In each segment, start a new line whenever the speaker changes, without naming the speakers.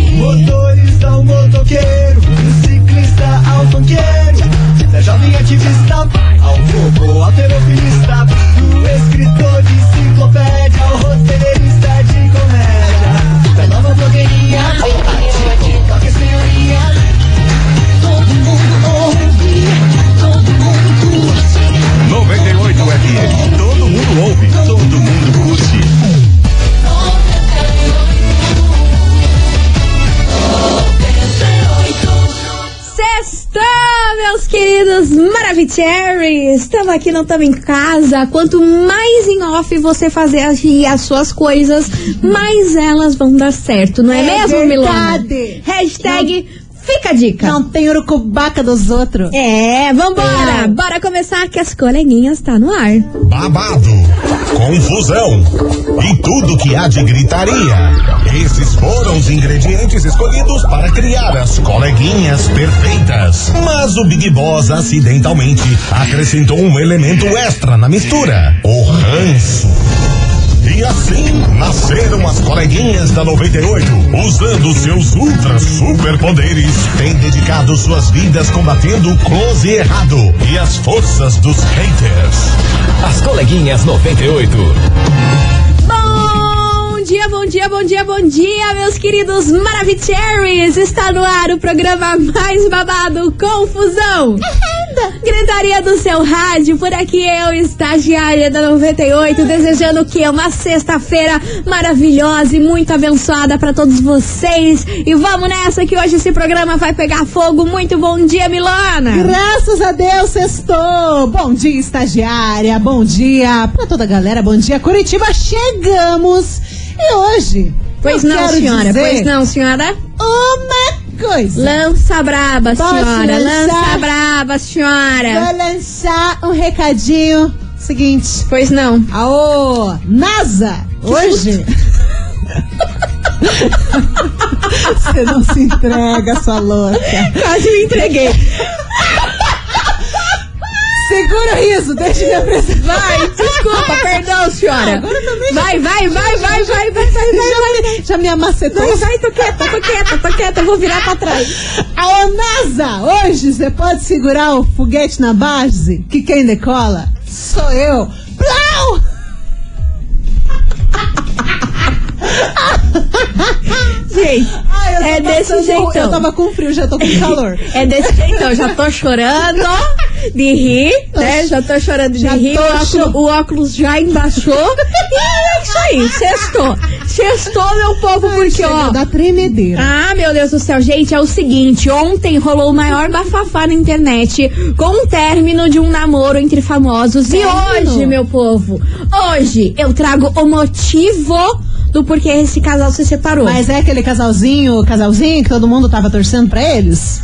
é é
Cherry, estamos aqui, não estamos em casa. Quanto mais em off você fazer aqui as suas coisas, mais elas vão dar certo, não é,
É
mesmo, Milona?
verdade.
Hashtag fica a dica.
Não tem urucubaca dos outros.
É, vambora!
É.
Bora começar que as coleguinhas tá no ar.
babado, confusão e tudo que há de gritaria. Esses foram os ingredientes escolhidos para criar as coleguinhas perfeitas. Mas o Big Boss acidentalmente acrescentou um elemento extra na mistura: o ranço. E assim nasceram as coleguinhas da 98, usando seus ultra superpoderes, têm dedicado suas vidas combatendo o close e errado e as forças dos haters.
As coleguinhas 98.
Bom dia, bom dia, bom dia, bom dia, meus queridos Maravicheries! Está no ar o programa mais babado, Confusão! Gritaria do seu rádio, por aqui eu, estagiária da 98, desejando que uma sexta-feira maravilhosa e muito abençoada para todos vocês. E vamos nessa que hoje esse programa vai pegar fogo. Muito bom dia, Milona!
Graças a Deus, sextou! Bom dia, estagiária! Bom dia pra toda a galera! Bom dia, Curitiba! Chegamos! E hoje,
Pois
eu
não,
quero
senhora,
dizer
pois não, senhora.
uma coisa.
Lança braba,
Posso
senhora.
lançar?
Lança braba, senhora.
Vou lançar um recadinho seguinte.
Pois não.
Aô, NASA, hoje... Você não se entrega, sua louca.
Quase me entreguei.
Segura o riso, deixa eu me apresentar.
Vai, desculpa, perdão, senhora.
Agora também já-
Vai, vai, vai, vai, vai, vai, vai, vai, vai.
Já me, já me amacetou.
Vai, vai, tô quieta, tô quieta, tô quieta, vou virar pra trás.
A NASA, hoje você pode segurar o foguete na base? Que quem decola sou eu. Plau!
Gente,
Ai, eu tô
é desse
passando- um-
jeito.
Eu tava com frio, já tô com calor.
É desse jeito, eu já tô chorando de rir, né? Já tô chorando de
Já
rir,
tô
o óculos,
cho-
o óculos já embaixou. E é isso aí, sextou. Sextou, meu povo, porque,
Chega
ó,
da tremedeira.
Ah, meu Deus do céu, gente, é o seguinte, ontem rolou o maior bafafá na internet com o término de um namoro entre famosos. E
Término?
hoje, meu povo, hoje eu trago o motivo do porquê esse casal se separou.
Mas é aquele casalzinho, casalzinho que todo mundo tava torcendo pra eles?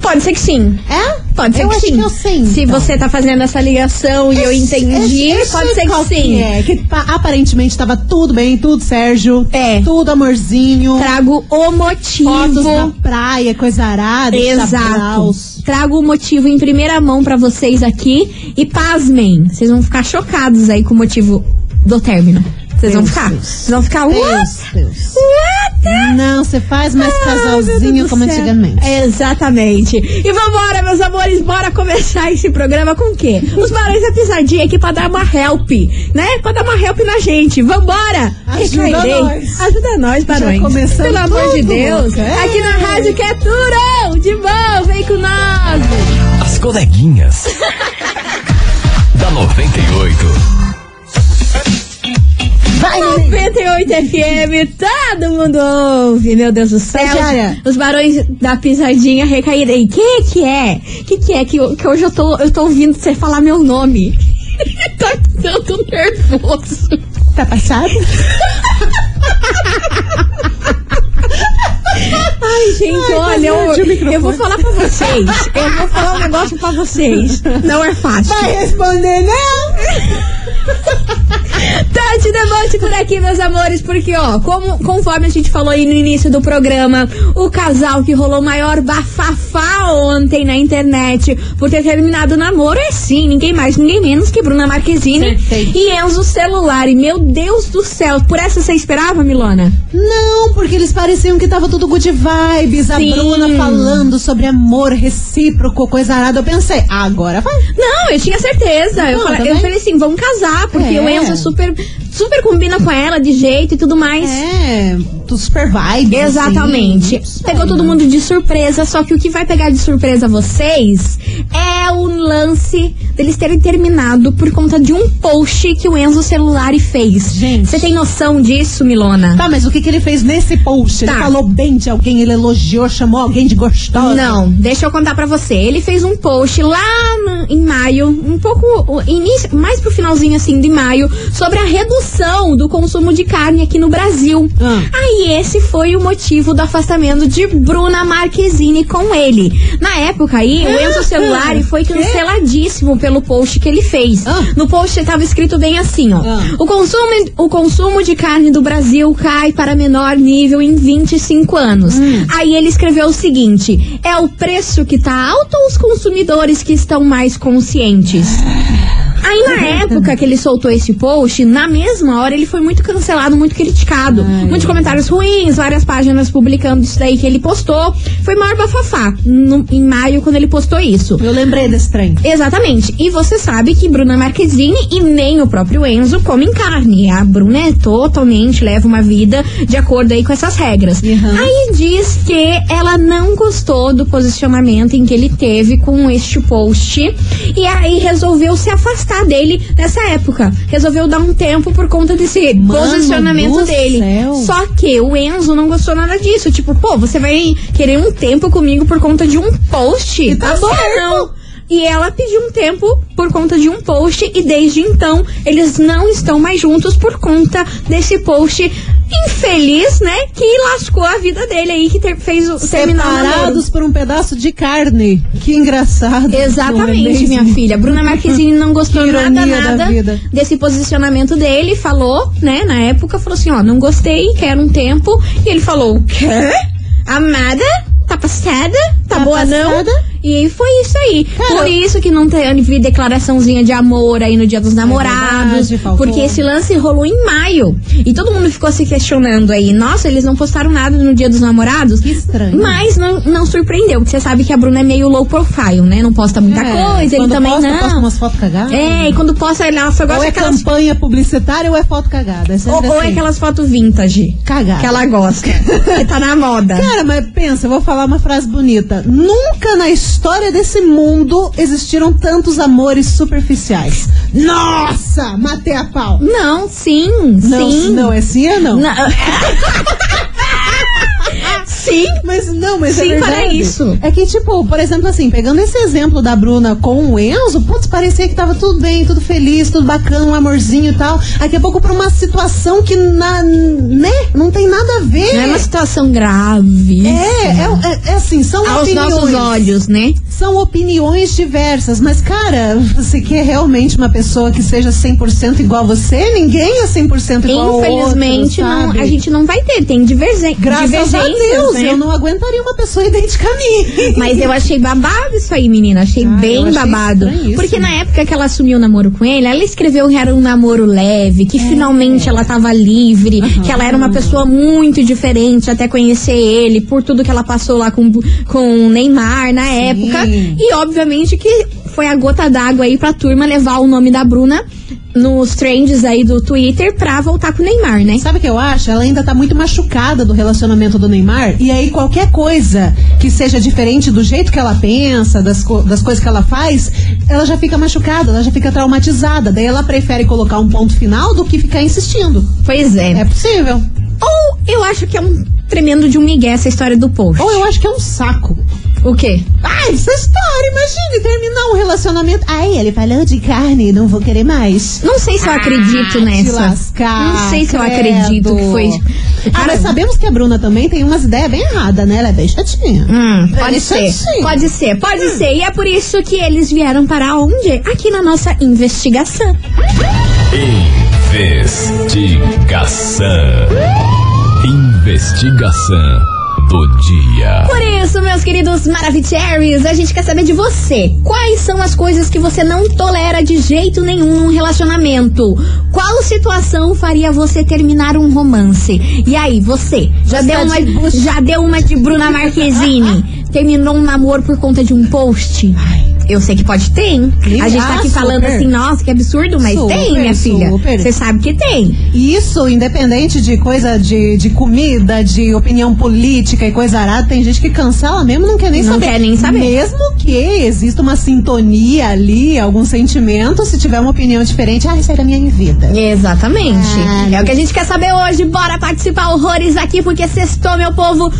pode ser que sim.
É?
Pode ser
eu
que
acho
sim.
que eu sei.
Se
então.
você tá fazendo essa ligação e eu entendi,
Eu sei
pode ser que
qual
sim.
É, que pa- aparentemente tava tudo bem, tudo Sérgio.
É.
Tudo amorzinho.
Trago o motivo.
Fotos na praia, coisa arada,
Exato.
chapraus.
Trago o motivo em primeira mão pra vocês aqui e pasmem, vocês vão ficar chocados aí com o motivo do término. Vocês vão
Deus,
ficar,
Deus. É
vocês vão ficar what?
Deus, Deus.
What?
Não, você faz mais
Ah, meu Deus
casalzinho
do
como
céu. É,
antigamente.
Exatamente. E vambora, meus amores, bora começar esse programa com o quê? Os barões da pisadinha aqui pra dar uma help, né? Pra dar uma help na gente. Vambora!
Ajuda
Recairei.
nós.
Ajuda nós, barões.
começamos
Pelo amor de
tudo,
Deus.
Luca.
Aqui na
Ei.
Rádio que é tudo de bom, vem com nós.
As coleguinhas. da 98.
Vai, neném.
98 FM, todo mundo ouve, meu Deus do céu.
Tatiana.
Os barões da pisadinha recaírem. Que que é? Que que é que, eu- que hoje eu tô, eu tô ouvindo você falar meu nome? tá tanto nervoso.
Tá passado?
Ai, gente,
Ai,
olha, eu,
perdi o microfone.
eu vou falar pra vocês. Eu vou falar um negócio pra vocês. Não é fácil.
Vai responder, não?
Tati Deboche por aqui, meus amores, porque, ó, como, conforme a gente falou aí no início do programa, o casal que rolou maior bafafá ontem na internet por ter terminado o namoro é sim, ninguém mais, ninguém menos que Bruna Marquezine
Certei.
e Enzo Celular. E, meu Deus do céu, por essa você esperava, Milona?
Não, porque eles pareciam que tava tudo good vibes. A
Sim.
Bruna falando sobre amor recíproco, coisa arada. Eu pensei, "Ah, agora vai.
Não, eu tinha certeza. eu,
Não,
fala- eu
também.
falei assim, vamos casar, porque
É.
o Enzo é super super combina com ela de jeito e tudo mais.
É, tu super vibes.
Exatamente.
assim.
Pegou todo mundo de surpresa, só que o que vai pegar de surpresa vocês é o lance deles terem terminado por conta de um post que o Enzo Celulari fez.
Gente.
Você tem noção disso, Milona?
Tá, mas o que, que ele fez nesse post? Ele
Tá.
falou bem de alguém, ele elogiou, chamou alguém de gostosa.
Não, deixa eu contar pra você. Ele fez um post lá no- em maio, um pouco o início, mais pro finalzinho assim de maio, sobre a redução do consumo de carne aqui no Brasil.
Ah.
Aí esse foi o motivo do afastamento de Bruna Marquezine com ele. Na época aí, o Enzo Celulari foi canceladíssimo pelo post que ele fez.
Ah.
No post tava escrito bem assim, ó.
Ah.
O consumo, o consumo de carne do Brasil cai para menor nível em 25 anos. Aí ele escreveu o seguinte: é o preço que tá alto ou os consumidores que estão mais conscientes? Aí na época que ele soltou esse post, na mesma hora ele foi muito cancelado, muito criticado. Muitos comentários ruins, várias páginas publicando isso daí que ele postou. Foi maior bafafá no- em maio quando ele postou isso.
Eu lembrei desse trem.
Exatamente. E você sabe que Bruna Marquezine e nem o próprio Enzo comem carne. A Bruna é totalmente leva uma vida de acordo aí com essas regras.
Uhum.
Aí diz que ela não gostou do posicionamento em que ele teve com este post e aí resolveu se afastar dele nessa época. Resolveu dar um tempo por conta desse
Mano
posicionamento
do
dele.
céu.
Só que o Enzo não gostou nada disso. Tipo, pô, você vai querer um tempo comigo por conta de um post?
E tá
Você
certo.
não. E ela pediu um tempo por conta de um post e desde então eles não estão mais juntos por conta desse post infeliz, né? Que lascou a vida dele aí, que ter- fez o terminar o namoro.
Separados por um pedaço de carne. Que engraçado. Não é
Exatamente,
mesmo?
minha filha. Bruna Marquezine não gostou
Que
nada,
ironia da
nada
vida.
desse posicionamento dele. Falou, né, na época, falou assim, ó, não gostei, quero um tempo. E ele falou, o quê? Amada? Tá passada? Tá,
Tá
boa
passada?
não? E foi isso aí. Por isso que não teve declaraçãozinha de amor aí no Dia dos Namorados.
É verdade, faltou. um
porque esse lance rolou em maio. E todo mundo ficou se questionando aí. Nossa, eles não postaram nada no Dia dos Namorados.
Que estranho.
Mas não, não surpreendeu, porque você sabe que a Bruna é meio low profile, né? Não posta muita
É,
coisa, ele
quando
também
posta,
não.
Posta umas fotos cagadas.
É, e quando posta, ela só gosta
Ou é
daquelas.
campanha publicitária ou é foto cagada. É sempre
Ou, ou é
assim.
aquelas fotos vintage.
Cagada.
Que ela gosta. que tá na moda.
Cara, mas pensa, eu vou falar uma frase bonita. Nunca na história desse mundo existiram tantos amores superficiais. Nossa, matei a pau.
Não, sim,
Não,
sim.
não é sim ou não?
Na- sim.
Mas não, mas é
Sim,
verdade.
para isso.
É que, tipo, por exemplo, assim, pegando esse exemplo da Bruna com o Enzo, putz, parecia que tava tudo bem, tudo feliz, tudo bacana, um amorzinho e tal. Daqui a pouco pra uma situação que, na, né, não tem nada a ver.
Não é uma situação grave.
é, é, é- é assim, são
Aos
opiniões.
nossos olhos, né?
São opiniões diversas, mas cara, você quer realmente uma pessoa que seja 100% igual a você? Ninguém é 100% igual ao outro,
Infelizmente, não,
sabe?
a gente não vai ter. Tem divergen
Graças a
divergências.
Deus,
né?
eu não aguentaria uma pessoa idêntica a mim.
Mas eu achei babado isso aí, menina. Achei
Ah, eu
bem
achei
babado.
estranho isso,
Porque
né?
na época que ela assumiu o namoro com ele, ela escreveu que era um namoro leve,
É.
que finalmente ela tava livre, que ela era uma pessoa muito diferente até conhecer ele, por tudo que ela passou lá com, com o Neymar na época. E obviamente que foi a gota d'água aí pra turma levar o nome da Bruna nos trends aí do Twitter pra voltar com o Neymar, né?
Sabe o que eu acho? Ela ainda tá muito machucada do relacionamento do Neymar. E aí, qualquer coisa que seja diferente do jeito que ela pensa, das, co- das coisas que ela faz, ela já fica machucada, ela já fica traumatizada. Daí ela prefere colocar um ponto final do que ficar insistindo.
Pois é.
É possível.
Ou eu acho que é um tremendo de um migué essa história do post.
Ou eu acho que é um saco.
O quê?
Ai, essa história, imagine terminar um relacionamento. Ai, ele falou de carne, não vou querer mais.
Não sei se eu acredito
Se
nessa.
Ah, lascar.
Não sei se eu
credo.
acredito que foi.
Ah,
Cara,
mas sabemos que a Bruna também tem umas ideias bem erradas, né? Ela é bem chatinha.
Hum, pode
Pode
ser,
ser, é sim.
pode ser, pode ser. E é por isso que eles vieram para onde? Aqui na nossa investigação.
Investigação. Investigação do dia.
Por isso, meus queridos Maravicheries, a gente quer saber de você. Quais são as coisas que você não tolera de jeito nenhum num relacionamento? Qual situação faria você terminar um romance? E aí, você já,
Você
deu
tá
uma,
de bucha.
já deu uma de Bruna Marquezine? Terminou um namoro por conta de um post? Eu sei que pode, tem.
Sim,
a gente tá
ah,
aqui falando
super.
assim, nossa, que absurdo, mas
Super,
tem, minha filha.
super.
Você sabe que tem.
E Isso, independente de coisa de, de comida, de opinião política e coisa arada, tem gente que cancela mesmo, não quer nem
Não
saber.
quer nem saber.
Mesmo que exista uma sintonia ali, algum sentimento, se tiver uma opinião diferente, ah, isso é da minha vida.
Exatamente.
Ah,
é o que a gente quer saber hoje. Bora participar horrores aqui, porque sextou, meu povo.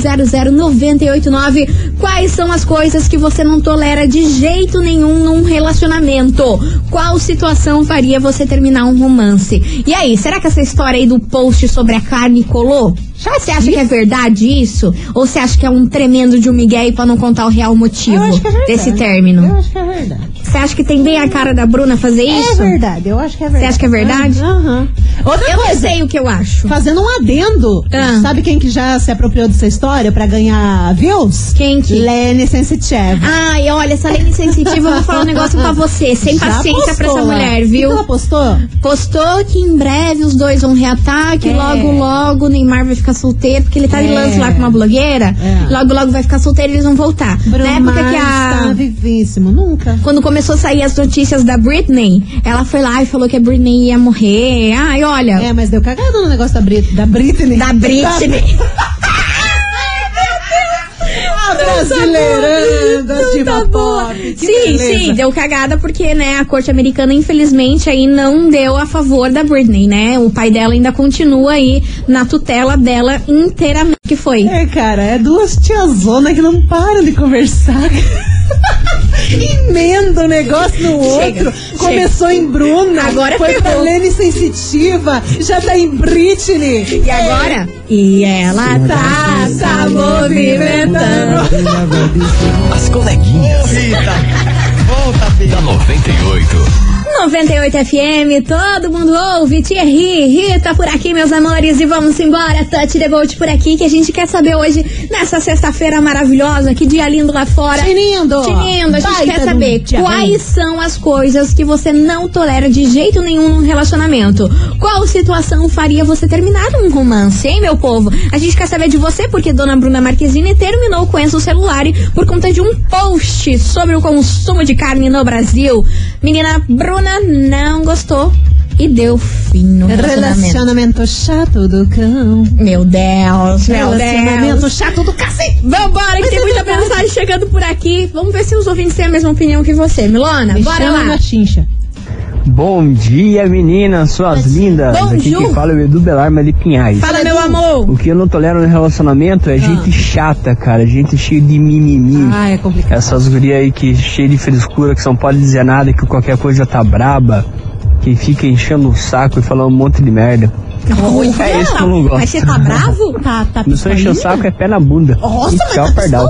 998900989. Quais são as coisas que você não tolera de jeito nenhum num relacionamento? Qual situação faria você terminar um romance? E aí, será que essa história aí do post sobre a carne colou? Já você acha que é verdade isso? Ou você acha que é um tremendo de um migué pra não contar o real motivo
acho que é verdade.
desse término?
Eu acho que é verdade.
Você acha que tem bem a cara da Bruna fazer isso?
É verdade, eu acho que é verdade.
acha que é verdade?
Aham. Outra
Eu não
coisa,
sei o que eu acho.
fazendo um adendo,
Ah.
sabe quem que já se apropriou dessa história pra ganhar views?
Quem que?
Lene Sensitive.
Ai, olha, essa lei insensitiva, eu vou falar um negócio pra você. Sem
Já
paciência pra essa
postou lá.
mulher,
O que
viu?
que Ela postou?
Postou que em breve os dois vão reatar, que
É.
logo, logo o Neymar vai ficar solteiro, porque ele tá de
É.
lance lá com uma blogueira.
É.
Logo, logo vai ficar solteiro e eles vão voltar. Na
Bruno
época que
Mars tá
a.
vivíssimo, nunca.
Quando começou a sair as notícias da Britney, ela foi lá e falou que a Britney ia morrer. Ai, olha.
É, mas deu cagada no negócio da, Brit da Britney. Tá
Da Britney.
Ah, brasileira da diva pop. que
Tá Sim,
beleza.
sim, deu cagada porque, né, a corte americana, infelizmente, aí não deu a favor da Britney, né? O pai dela ainda continua aí na tutela dela inteiramente. Que foi?
É, cara, é duas tiazonas que não param de conversar. Emenda um negócio no
Chega,
outro.
chega.
Começou em Bruna,
Agora
foi
ferrou.
pra Lene Sensitiva, já tá em Britney.
E agora? E ela tá se movimentando.
As coleguinhas
Rita, volta, Bia.
da 98.
98 FM, todo mundo ouve. Thierry, Rita por aqui, meus amores. E vamos embora, Touch the Bolt por aqui, que a gente quer saber hoje, nessa sexta-feira maravilhosa, que dia lindo lá fora.
Tinindo.
Tinindo, a gente
Baita
quer
de um
saber
dia
quais são as coisas que você não tolera de jeito nenhum num relacionamento. Qual situação faria você terminar um romance, hein, meu povo? A gente quer saber de você porque Dona Bruna Marquezine terminou com Enzo Celulari por conta de um post sobre o consumo de carne no Brasil. Menina Bruna não gostou e deu fim no relacionamento.
Relacionamento chato do cão.
Meu Deus, meu Deus.
Relacionamento chato do cacete.
Vambora, que tem muita mensagem chegando por aqui. Vamos ver se os ouvintes têm a mesma opinião que você. Milona,
Me
bora
chama
lá.
na chincha.
Bom dia, meninas, suas lindas.
Bom
Aqui
dia.
quem fala é o Edu Belarma de Pinhais.
Fala, meu amor.
O que eu não tolero no relacionamento é
Ah.
gente chata, cara. Gente cheia de mimimi.
Ah, é complicado.
Essas gurias aí que cheia de frescura, que não pode dizer nada, que qualquer coisa já tá braba. Que fica enchendo o saco e falando um monte de merda.
Tá Olha,
É isso que eu não gosto.
Mas você tá bravo?
Tá, tá
Não só encher o saco, é pé na bunda.
Nossa,
e
mas
tchau,
tá
pardal.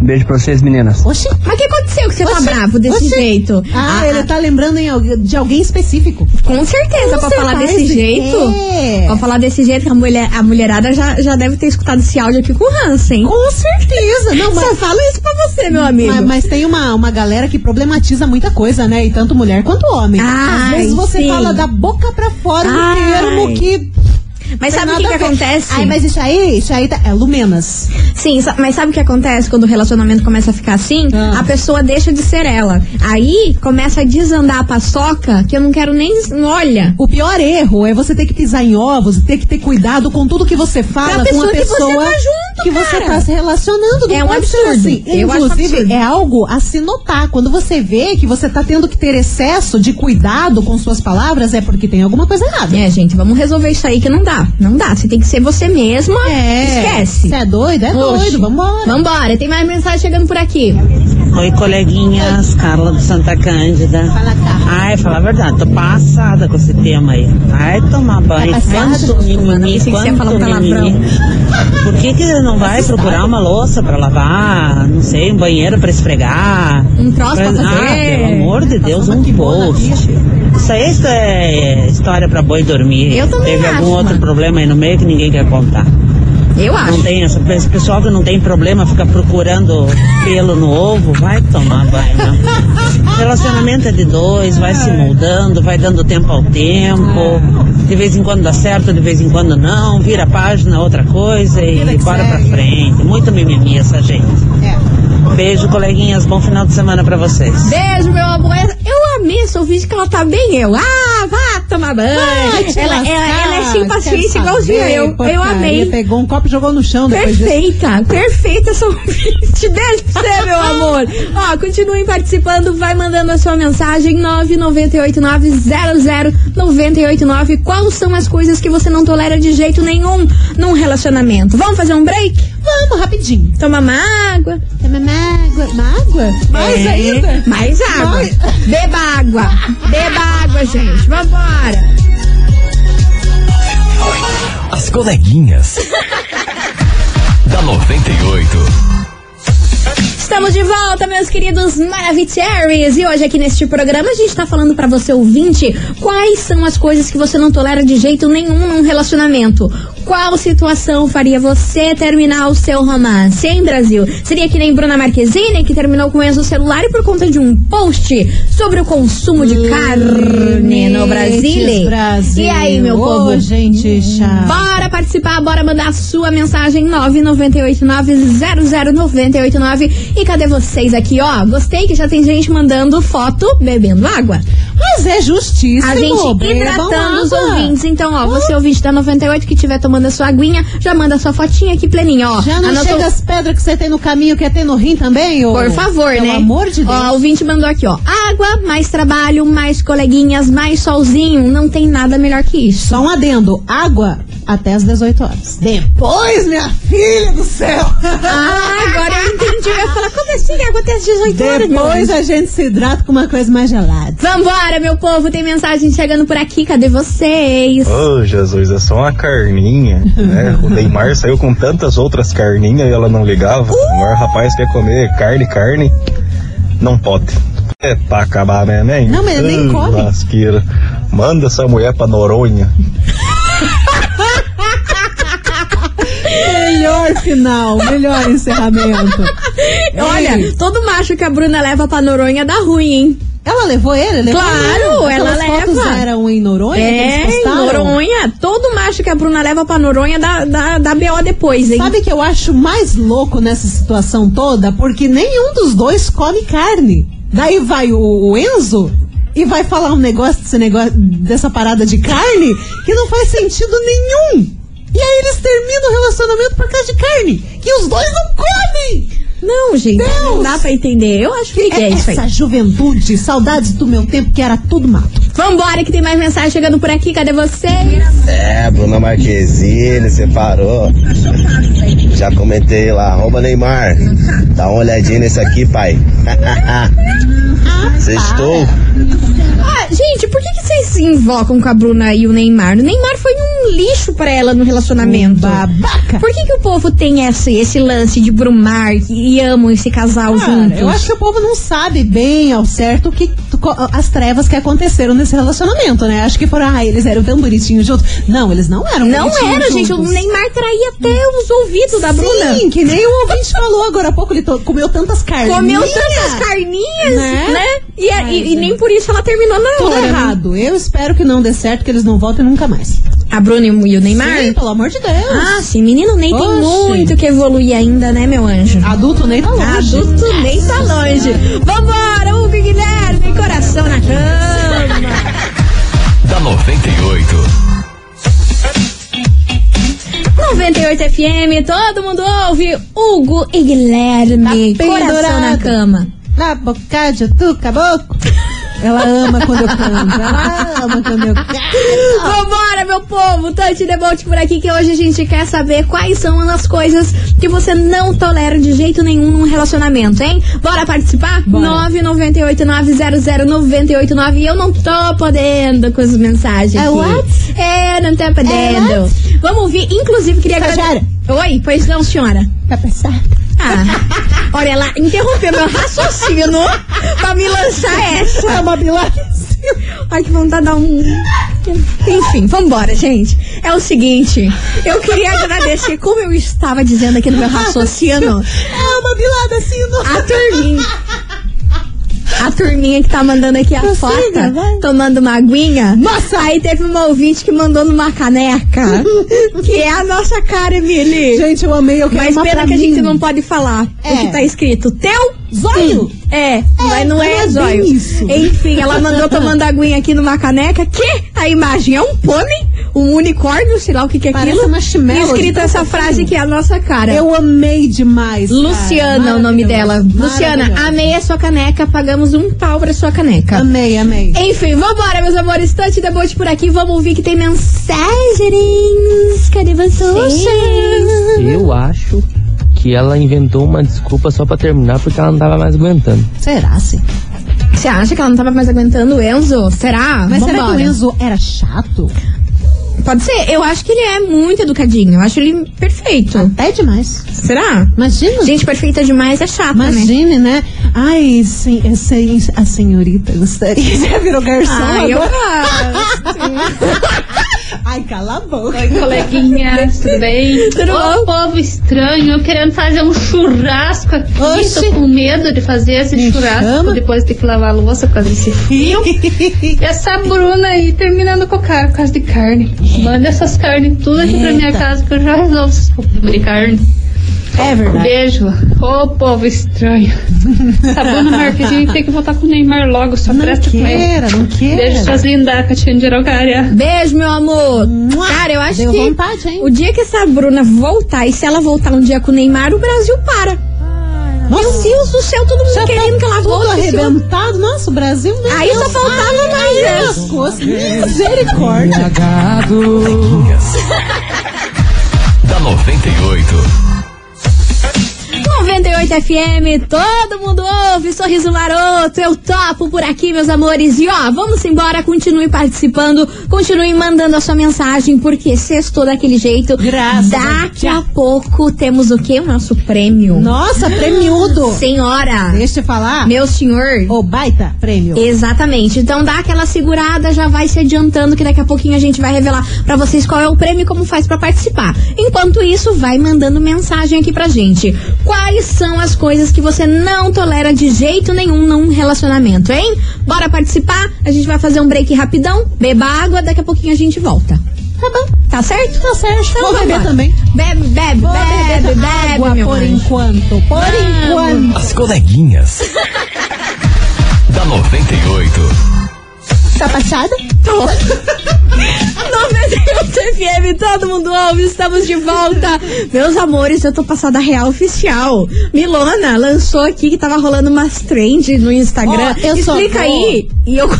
Um beijo pra vocês, meninas.
Oxi.
Mas o que aconteceu que você tá
Oxi,
bravo desse
oxi.
jeito?
Ah,
Ah,
ele tá lembrando em algu- de alguém específico.
Com certeza,
Com
pra falar
certeza.
desse jeito.
É.
Pra falar desse jeito, a, mulher, a mulherada já, já deve ter escutado esse áudio aqui com o Hans, hein?
Com certeza. Não,
Só
mas,
falo isso pra você, meu amigo.
mas, mas tem uma, uma galera que problematiza muita coisa, né? E tanto mulher quanto homem.
Ai,
Às vezes você
sim.
fala da boca pra fora
Ai.
um termo que.
Mas
tem
sabe o que,
nada
que
a ver.
acontece?
Ai, mas isso aí, isso aí tá. É Lumenas.
Sim, sa- mas sabe o que acontece quando o relacionamento começa a ficar assim?
Ah.
A pessoa deixa de ser ela. Aí começa a desandar a paçoca que eu não quero nem. Olha!
O pior erro é você ter que pisar em ovos e ter que ter cuidado com tudo que você
Pra
fala com a
pessoa que você
pessoa
tá junto,
que você
cara.
tá se relacionando. Não
É um
pode ser
absurdo.
assim.
Eu acho um
Inclusive,
absurdo.
é algo a se notar. Quando você vê que você tá tendo que ter excesso de cuidado com suas palavras, é porque tem alguma coisa errada.
É, gente, vamos resolver isso aí que não dá. Não dá. Você tem que ser você mesma. Esquece.
Você é doido? É
Oxe.
doido. Vambora.
Vambora, tem mais mensagem chegando por aqui.
Oi, coleguinhas, Carla do Santa Cândida.
Fala, Carla.
Ai, fala a verdade, tô passada com esse tema aí. Ai, tomar banho,
Tá passada?
quanto mimimi,
Pensei que você ia falar um
quanto
palavrão. Tá
mimimi. Por que que não vai procurar uma louça pra lavar, não sei, um banheiro pra esfregar?
Um troço pra
Ah,
fazer. É.
pelo amor de Deus,
Passou uma
um
quimona,
post. Isso aí isso é história pra boi dormir.
Eu também
Teve
acho,
algum outro
mano.
problema aí no meio que ninguém quer contar.
Eu acho.
Não Ah, tem essa, esse pessoal que não tem problema fica procurando pelo no ovo, vai tomar banho. né? Relacionamento é de dois, vai se moldando, vai dando tempo ao tempo. De vez em quando dá certo, de vez em quando não. Vira a página, outra coisa e
Vida é que
bora pra
segue.
frente. Muito mimimi essa gente.
É.
Beijo, coleguinhas. Bom final de semana pra vocês.
Beijo, meu amor. Eu amei esse ouvinte que ela tá bem eu. Ah, vá tomar banho.
Vai te
ela,
lascar,
ela- ela é sem
quero
paciência igualzinha
saber,
eu. Eu
porcaria.
amei.
Pegou um copo e jogou no chão depois disso.
Perfeita, perfeita essa ouvinte. Beijo pra você, meu amor. Ó, continuem participando, vai mandando a sua mensagem 998900989. Quais são as coisas que você não tolera de jeito nenhum num relacionamento? Vamos fazer um break?
Vamos, rapidinho.
Tomar uma água?
Toma uma água. Uma água? Mais
É,
ainda?
Mais água.
Mais-
Beba água. Beba água, gente. Vambora.
As coleguinhas. da 98.
Estamos de volta, meus queridos Maravicheries! E hoje aqui neste programa a gente tá falando pra você, ouvinte, quais são as coisas que você não tolera de jeito nenhum num relacionamento. Qual situação faria você terminar o seu romance, hein, Brasil? Seria que nem Bruna Marquezine, que terminou com o Enzo Celular por conta de um post sobre o consumo de carne no Brasil.
Brasil.
E aí, meu
Ô,
povo? Hum.
gente chata.
Bora participar, bora mandar a sua mensagem 998900989. E cadê vocês aqui, ó? Gostei que já tem gente mandando foto bebendo água.
Mas é justiça,
A gente hidratando os ouvintes. Então, ó, você ouvinte da 98 que tiver tomando a sua aguinha, já manda a sua fotinha aqui pleninha, ó.
Já não
Anota o-
chega as pedras que você tem no caminho, quer ter no rim também? ô?
Por favor,
Pelo
né?
amor de Deus.
Ó, o ouvinte mandou aqui, ó. Água, mais trabalho, mais coleguinhas, mais solzinho. Não tem nada melhor que isso.
Só um adendo. Água até as 18 horas. Depois, minha filha do céu.
Ah, agora eu entendi. Eu ia falar, como assim? Água até as 18 horas, meu anjo?
Depois a gente se hidrata com uma coisa mais gelada.
Vambora, meu povo, tem mensagem chegando por aqui, cadê vocês?
Ô Jesus, é só uma carninha, né? O Neymar saiu com tantas outras carninhas e ela não
Uh!
ligava. O maior rapaz quer comer carne, carne, não pode. É pra acabar, né, nem?
Não, mas ele nem
Ô,
come.
Lasqueira. Manda essa mulher pra Noronha.
Melhor final, melhor encerramento.
Olha,
Ei.
todo macho que a Bruna leva pra Noronha dá ruim, hein?
Ela levou ele? Levou
Claro,
ele.
ela
Aquelas fotos
leva.
eram em Noronha? que eles
É, em
postaram?
Noronha. Todo macho que a Bruna leva pra Noronha dá, dá, dá BO depois, hein?
Sabe que eu acho mais louco nessa situação toda? Porque nenhum dos dois come carne. Daí vai o, o Enzo e vai falar um negócio, desse negócio dessa parada de carne que não faz sentido nenhum. E aí eles terminam o relacionamento por causa de carne. Que os dois não comem!
Não, gente, não
Deus!
dá pra entender. Eu acho que é,
É-
isso
Essa
aí.
juventude, saudades do meu tempo que era tudo mato.
Vambora, que tem mais mensagem chegando por aqui, cadê vocês?
É, Bruna Marquezine, você parou. Já comentei lá, arroba Neymar. Dá uma olhadinha nesse aqui, pai. Sextou.
Ah, gente, por que, que vocês se invocam com a Bruna e o Neymar? O Neymar foi um lixo pra ela no relacionamento.
Babaca!
Por que, que o povo tem esse, esse lance de Brumar e e amam esse casal
Cara,
juntos?
eu acho que o povo não sabe bem ao certo o que, co- as trevas que aconteceram nesse relacionamento, né? Acho que foram, ah, eles eram tão bonitinhos juntos. Não, eles não eram
Não
bonitinhos
era, gente. O
juntos.
Neymar traía até os ouvidos da Bruna.
Sim, que nem o ouvinte falou agora há pouco, ele to- comeu tantas carninhas.
Comeu tantas carninhas, né?
Né?
E, a- e- e nem por isso ela terminou na
Tudo
hora. né?
errado. Eu espero que não dê certo, que eles não voltem nunca mais.
A Bruna e o- e o Neymar?
Sim, pelo amor de Deus.
Ah, sim. Menino Ney tem
Oxe.
muito que evoluir ainda, né, meu anjo?
Adulto nem tá assim, né? longe.
Adulto Ney tá longe. Vambora, Hugo e Guilherme. Coração na cama.
Da 98.
98 FM, todo mundo ouve. Hugo e Guilherme.
Tá
coração
pendurado.
na cama.
Na boca de tu, caboclo. Ela ama quando eu canto. Ela ama quando eu canto.
Vambora, meu povo! Tante Debote por aqui que hoje a gente quer saber quais são as coisas que você não tolera de jeito nenhum num relacionamento, hein? Bora participar? 998900989 e eu não tô podendo com as mensagens.
É
aqui.
what?
É, não tô podendo.
É Tá
Vamos ouvir, inclusive queria
Estagiária.
Oi, pois não, senhora.
Tá passado.
Ah, olha lá, interrompeu meu raciocínio pra me lançar essa.
É uma bilagem.
Ai, que vontade de dar um, Enfim, vambora, gente. É o seguinte, eu queria agradecer, como eu estava dizendo aqui no meu raciocínio.
É uma bilada assim,
A turminha. A turminha que tá mandando aqui a foto, tomando uma aguinha. Nossa! Aí teve uma ouvinte que mandou numa caneca. que é a nossa cara, Emily.
Gente, eu amei, eu quero
Mas
uma
pena
pra
que a gente
mim.
não pode falar
É.
o que tá escrito. Teu?
Zóio?
Sim. É, mas não é,
não é bem
zóio.
isso.
Enfim, ela mandou tomando aguinha aqui numa caneca. Que a imagem é um pônei, um unicórnio, sei lá o que que é
Parece
aquilo.
marshmallow,
E escrita
tão
essa
fofinho.
frase que é a nossa cara.
assim, Eu amei demais. cara.
Luciana, é o nome dela.
Maravilhoso,
Luciana,
maravilhoso.
amei a sua caneca, pagamos um pau pra sua caneca.
Amei, amei.
Enfim, vambora, meus amores. Tante da Bote por aqui. Vamos ouvir que tem mensagens. Cadê vocês?
Eu acho que ela inventou uma desculpa só pra terminar porque ela não tava mais aguentando.
Será, sim?
Você acha que ela não tava mais aguentando o Enzo? Será?
Mas será que o
Vambora.
Enzo era chato?
Pode ser. Eu acho que ele é muito educadinho. Eu acho ele perfeito.
Até É demais.
Será?
Imagina.
Gente perfeita demais é chata, né?
Imagine, né? Ai, sim, é, sim, a senhorita gostaria. Você virou garçom
Ai, Ah, eu
agora?
gosto.
Ai, cala a boca.
Coleguinhas, tudo bem?
Tudo
Ô,
bom?
povo estranho, eu querendo fazer um churrasco aqui.
Oxi.
Tô com medo de fazer esse
Me
churrasco
tipo,
chama.
depois ter que lavar a louça por causa desse frio. E essa Bruna aí terminando com o cara por causa de carne. Manda essas carnes tudo aqui pra minha
Eita.
casa que eu já resolvo esses problemas de carne.
É verdade.
Beijo. Ô, povo estranho. Essa Bruna Marquezine tem que voltar com o Neymar logo, só
Não
presta com ele.
queira, não queira.
Beijo, suas lindas, Catiane de Araucária.
Beijo, meu amor.
Mua.
Cara, eu acho
Deu
que
vontade, hein?
o dia que essa Bruna voltar, e se ela voltar um dia com o Neymar, o Brasil para. Meu Deus do céu, todo mundo
Já tá
querendo que ela
Tudo
volte. esse homem.
arrebentado. Nossa, o Brasil... meu
Aí só
Deus.
faltava
Ai,
mais, né?
lascou-se. Misericórdia.
Coleguinhas. da 98.
98 FM, todo mundo ouve, sorriso maroto, eu topo por aqui, meus amores. E ó, vamos embora, continue participando, continue mandando a sua mensagem, porque sextou daquele jeito.
Graças a
Daqui a pouco temos o que? O nosso prêmio.
Nossa, premiudo.
Senhora,
Deixa eu falar.
meu senhor.
Ô, baita prêmio.
Exatamente. Então dá aquela segurada, já vai se adiantando que daqui a pouquinho a gente vai revelar pra vocês qual é o prêmio e como faz pra participar. Enquanto isso, vai mandando mensagem aqui pra gente. Quais são as coisas que você não tolera de jeito nenhum num relacionamento, hein? Bora participar? A gente vai fazer um break rapidão, beba água, daqui a pouquinho a gente volta. Tá bom. Tá certo? Tá certo. Então,
Vou beber
vambora.
também.
Bebe, bebe,
Vou
bebe,
beber
bebe,
água
meu
por
anjo.
enquanto. Por enquanto.
As coleguinhas. da 98.
Tá baixada?
Tô. é 98 FM, todo mundo ouve, estamos de volta. Meus amores, eu tô passada real oficial. Milona lançou aqui que tava rolando umas trends no Instagram.
Ó, eu só
Explica
vou-
aí. E eu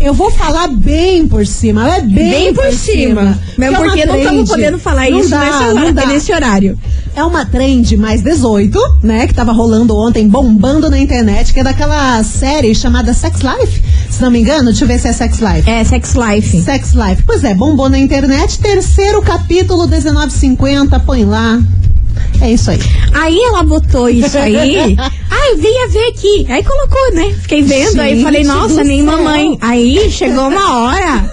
Eu vou falar bem por cima. É bem,
bem por cima. Mesmo
Que é uma
porque não
trend.
estamos podendo falar
Não
isso
dá,
nesse,
não
horário,
dá.
nesse horário.
É uma trend mais 18, né? Que tava rolando ontem, bombando na internet, que é daquela série chamada Sex Life, se não me engano. Deixa eu ver se é Sex Life.
É, Sex Life.
Sex Life. Pois é, bombou na internet. Terceiro capítulo, 1950. Põe lá. É isso aí.
Aí ela botou isso aí. Ai, eu vinha ver aqui. Aí colocou, né? Fiquei vendo, aí
Gente
falei, nossa,
do
nem
céu.
mamãe. Aí chegou uma hora.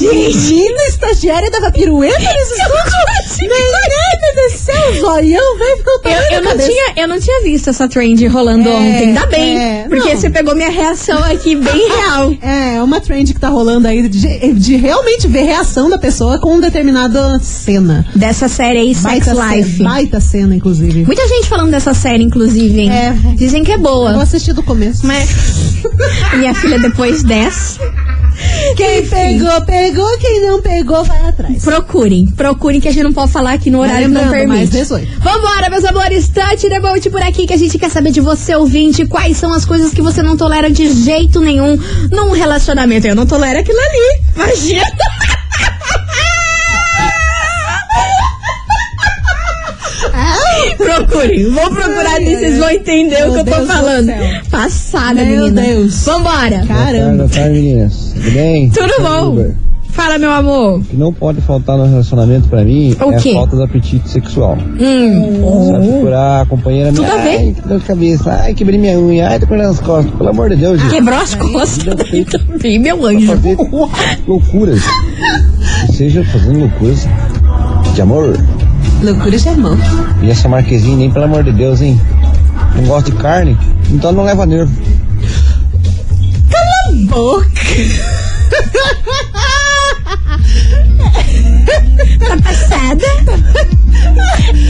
Menina, estagiária dava pirueta nesse estúdio? Menina do céu, zoião, vai ficar o tamanho
Eu, eu
da
não
cabeça. Ah,
tinha, eu não tinha visto essa trend rolando
É,
ontem. Ainda bem.
é,
porque
não.
você pegou minha reação aqui bem real.
É, é uma trend que tá rolando aí de, de realmente ver reação da pessoa com determinada cena.
Dessa série aí, Sex
cena,
Life.
baita cena, inclusive.
Muita gente falando dessa série, inclusive, hein?
É.
Dizem que é
Eu
boa.
assisti do começo.
Mas minha filha depois desce.
Quem pegou, pegou. Quem não pegou, vai atrás.
Procurem, procurem que a gente não pode falar aqui no horário que não
lembrando, mais
permite.
18.
Vambora, meus amores, Tati Debolt por aqui que a gente quer saber de você, ouvinte, quais são as coisas que você não tolera de jeito nenhum num relacionamento. Eu não tolero aquilo ali, imagina. Procurem, vou procurar
Ai,
e
ai,
vocês
ai.
vão entender o
Meu
que eu tô
Deus do
falando.
céu.
Passada,
Meu
menina.
Deus.
Vambora.
Caramba.
tarde, meninas. Tudo bem?
Tudo bom? Fala, meu amor.
que não pode faltar no relacionamento pra mim
O
é
quê?
a falta de apetite sexual.
Hum.
Sabe procurar a companheira
Tudo
minha.
a ver.
Ai, que dor de cabeça. Ai, quebrei minha unha. Ai, tô perdendo as costas. Pelo amor de Deus, gente.
Quebrou as costas também, meu anjo.
Loucuras. Que seja fazendo loucuras de amor.
Loucura de amor.
E essa marquezinha, nem pelo amor de Deus, hein? Não gosta de carne, então não leva nervo.
Cala a boca.
tá passada?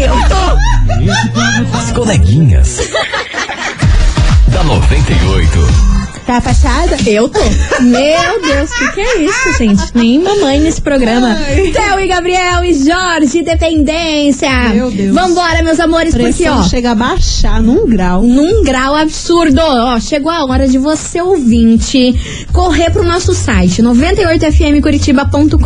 Eu
tô. As coleguinhas. da 98.
Tá passada? Eu tô. Meu Deus, o que, que é isso, gente? Nem mamãe nesse programa. Theo e Gabriel e Jorge, dependência. Meu Deus. Vambora, meus amores,
Pressão
porque ó. Um
chega a baixar num grau.
Num grau absurdo. Ó, chegou a hora de você, ouvinte, correr pro nosso site 98fmcuritiba.com.br.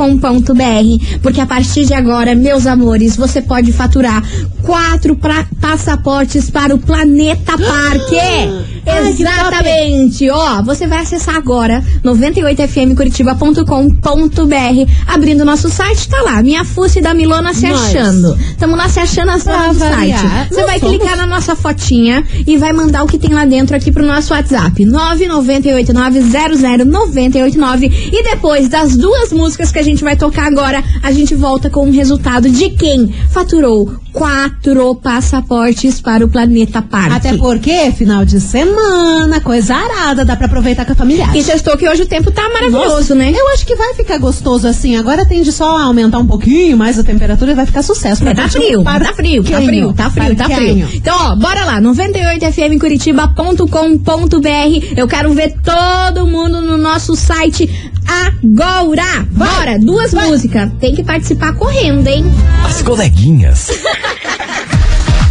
Porque a partir de agora, meus amores, você pode faturar quatro pra- passaportes para o
Ah!
Planeta Parque. Exatamente! Ó, você vai acessar agora 98fmcuritiba.com.br. Abrindo nosso site, tá lá. Minha Fuce da Milona se
Nós.
achando. Tamo lá se achando as
Pra
nossas
variar,
site. Você
não
vai
somos.
clicar na nossa fotinha e vai mandar o que tem lá dentro aqui pro nosso WhatsApp. 998900989. E depois das duas músicas que a gente vai tocar agora, a gente volta com o resultado de quem faturou quatro passaportes para o Planeta Parque.
Até porque, final de semana, coisa arada, dá pra aproveitar com a família.
E sextou que hoje o tempo tá maravilhoso, né?
Eu acho que vai ficar gostoso assim. Agora tende só a aumentar um pouquinho mais a temperatura e vai ficar sucesso.
É, tá, frio, tá frio, tá frio, tá frio, tá frio. Então, ó, bora lá, 98fmcuritiba.com.br. Eu quero ver todo mundo no nosso site agora. Bora, duas músicas. Tem que participar correndo, hein?
As coleguinhas.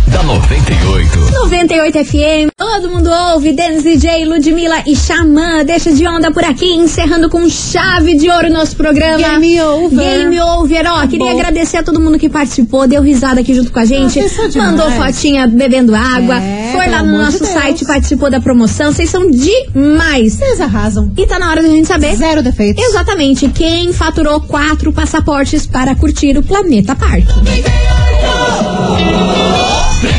da 98.
98 FM, todo mundo ouve, Dennis DJ, Ludmilla e Xamã, deixa de onda por aqui, encerrando com chave de ouro nosso programa.
Game over. Tá
Game over, ó, queria
bom.
agradecer a todo mundo que participou, deu risada aqui junto com a gente,
pessoal demais.
mandou fotinha bebendo água,
É,
foi lá
pelo
no
amor de
nosso
Deus.
site, participou da promoção, vocês são demais.
Vocês arrasam.
E tá na hora da gente saber.
Zero defeitos.
Exatamente, quem faturou quatro passaportes para curtir o Planeta Parque.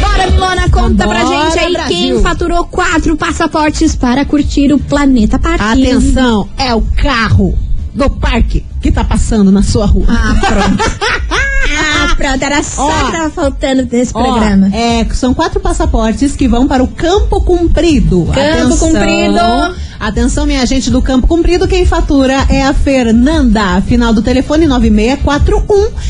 Bora, Milona, conta pra
Bora,
gente aí
Brasil.
quem faturou quatro passaportes para curtir o Planeta Parque.
Atenção, é o carro do parque que tá passando na sua rua.
Ah, pronto. Ah, pronto, era só
Ó.
que tava faltando nesse
Ó,
programa.
é, são quatro passaportes que vão para o Campo Cumprido. Campo
Comprido.
Atenção, minha gente do Campo Cumprido, quem fatura é a Fernanda. Final do telefone 9641.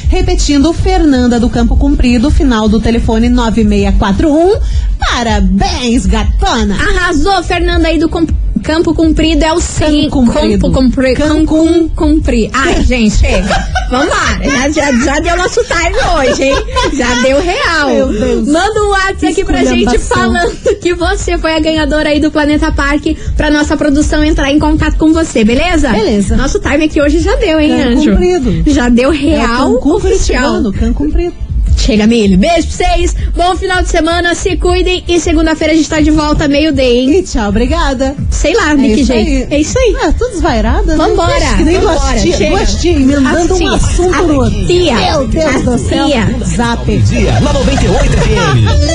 Repetindo, Fernanda do Campo Cumprido, final do telefone 9641. Parabéns, gatona!
Arrasou, Fernanda aí do com- Campo Comprido é o sim.
Comprido.
Campo Comprido. Cancun Comprido. Ai, gente, chega. Vambora. Já, já, já deu nosso time hoje, hein? Já deu real.
Meu Deus.
Manda um WhatsApp aqui pra gente
Esculhambação.
falando que você foi a ganhadora aí do Planeta Parque pra nossa produção entrar em contato com você, beleza?
Beleza.
Nosso time aqui hoje já deu, hein,
Cancun
Anjo?
Comprido.
Já deu
é
real
o Cancun
oficial.
Curitibano, Cancun Cumprido.
Chega, milho. Beijo pra vocês. Bom final de semana. Se cuidem. E segunda-feira a gente tá de volta meio-day, hein?
E tchau, obrigada.
Sei lá, de que
isso
jeito.
aí.
É isso aí.
Ah, tudo desvairada. né?
Vambora,
Acho Que nem
vambora,
duas tias,
chega.
duas tias emendando
As
um
tias,
assunto
as
no outro.
tias,
Meu Deus
as
do céu.
tias.
Zap.
Dia na 98 FM.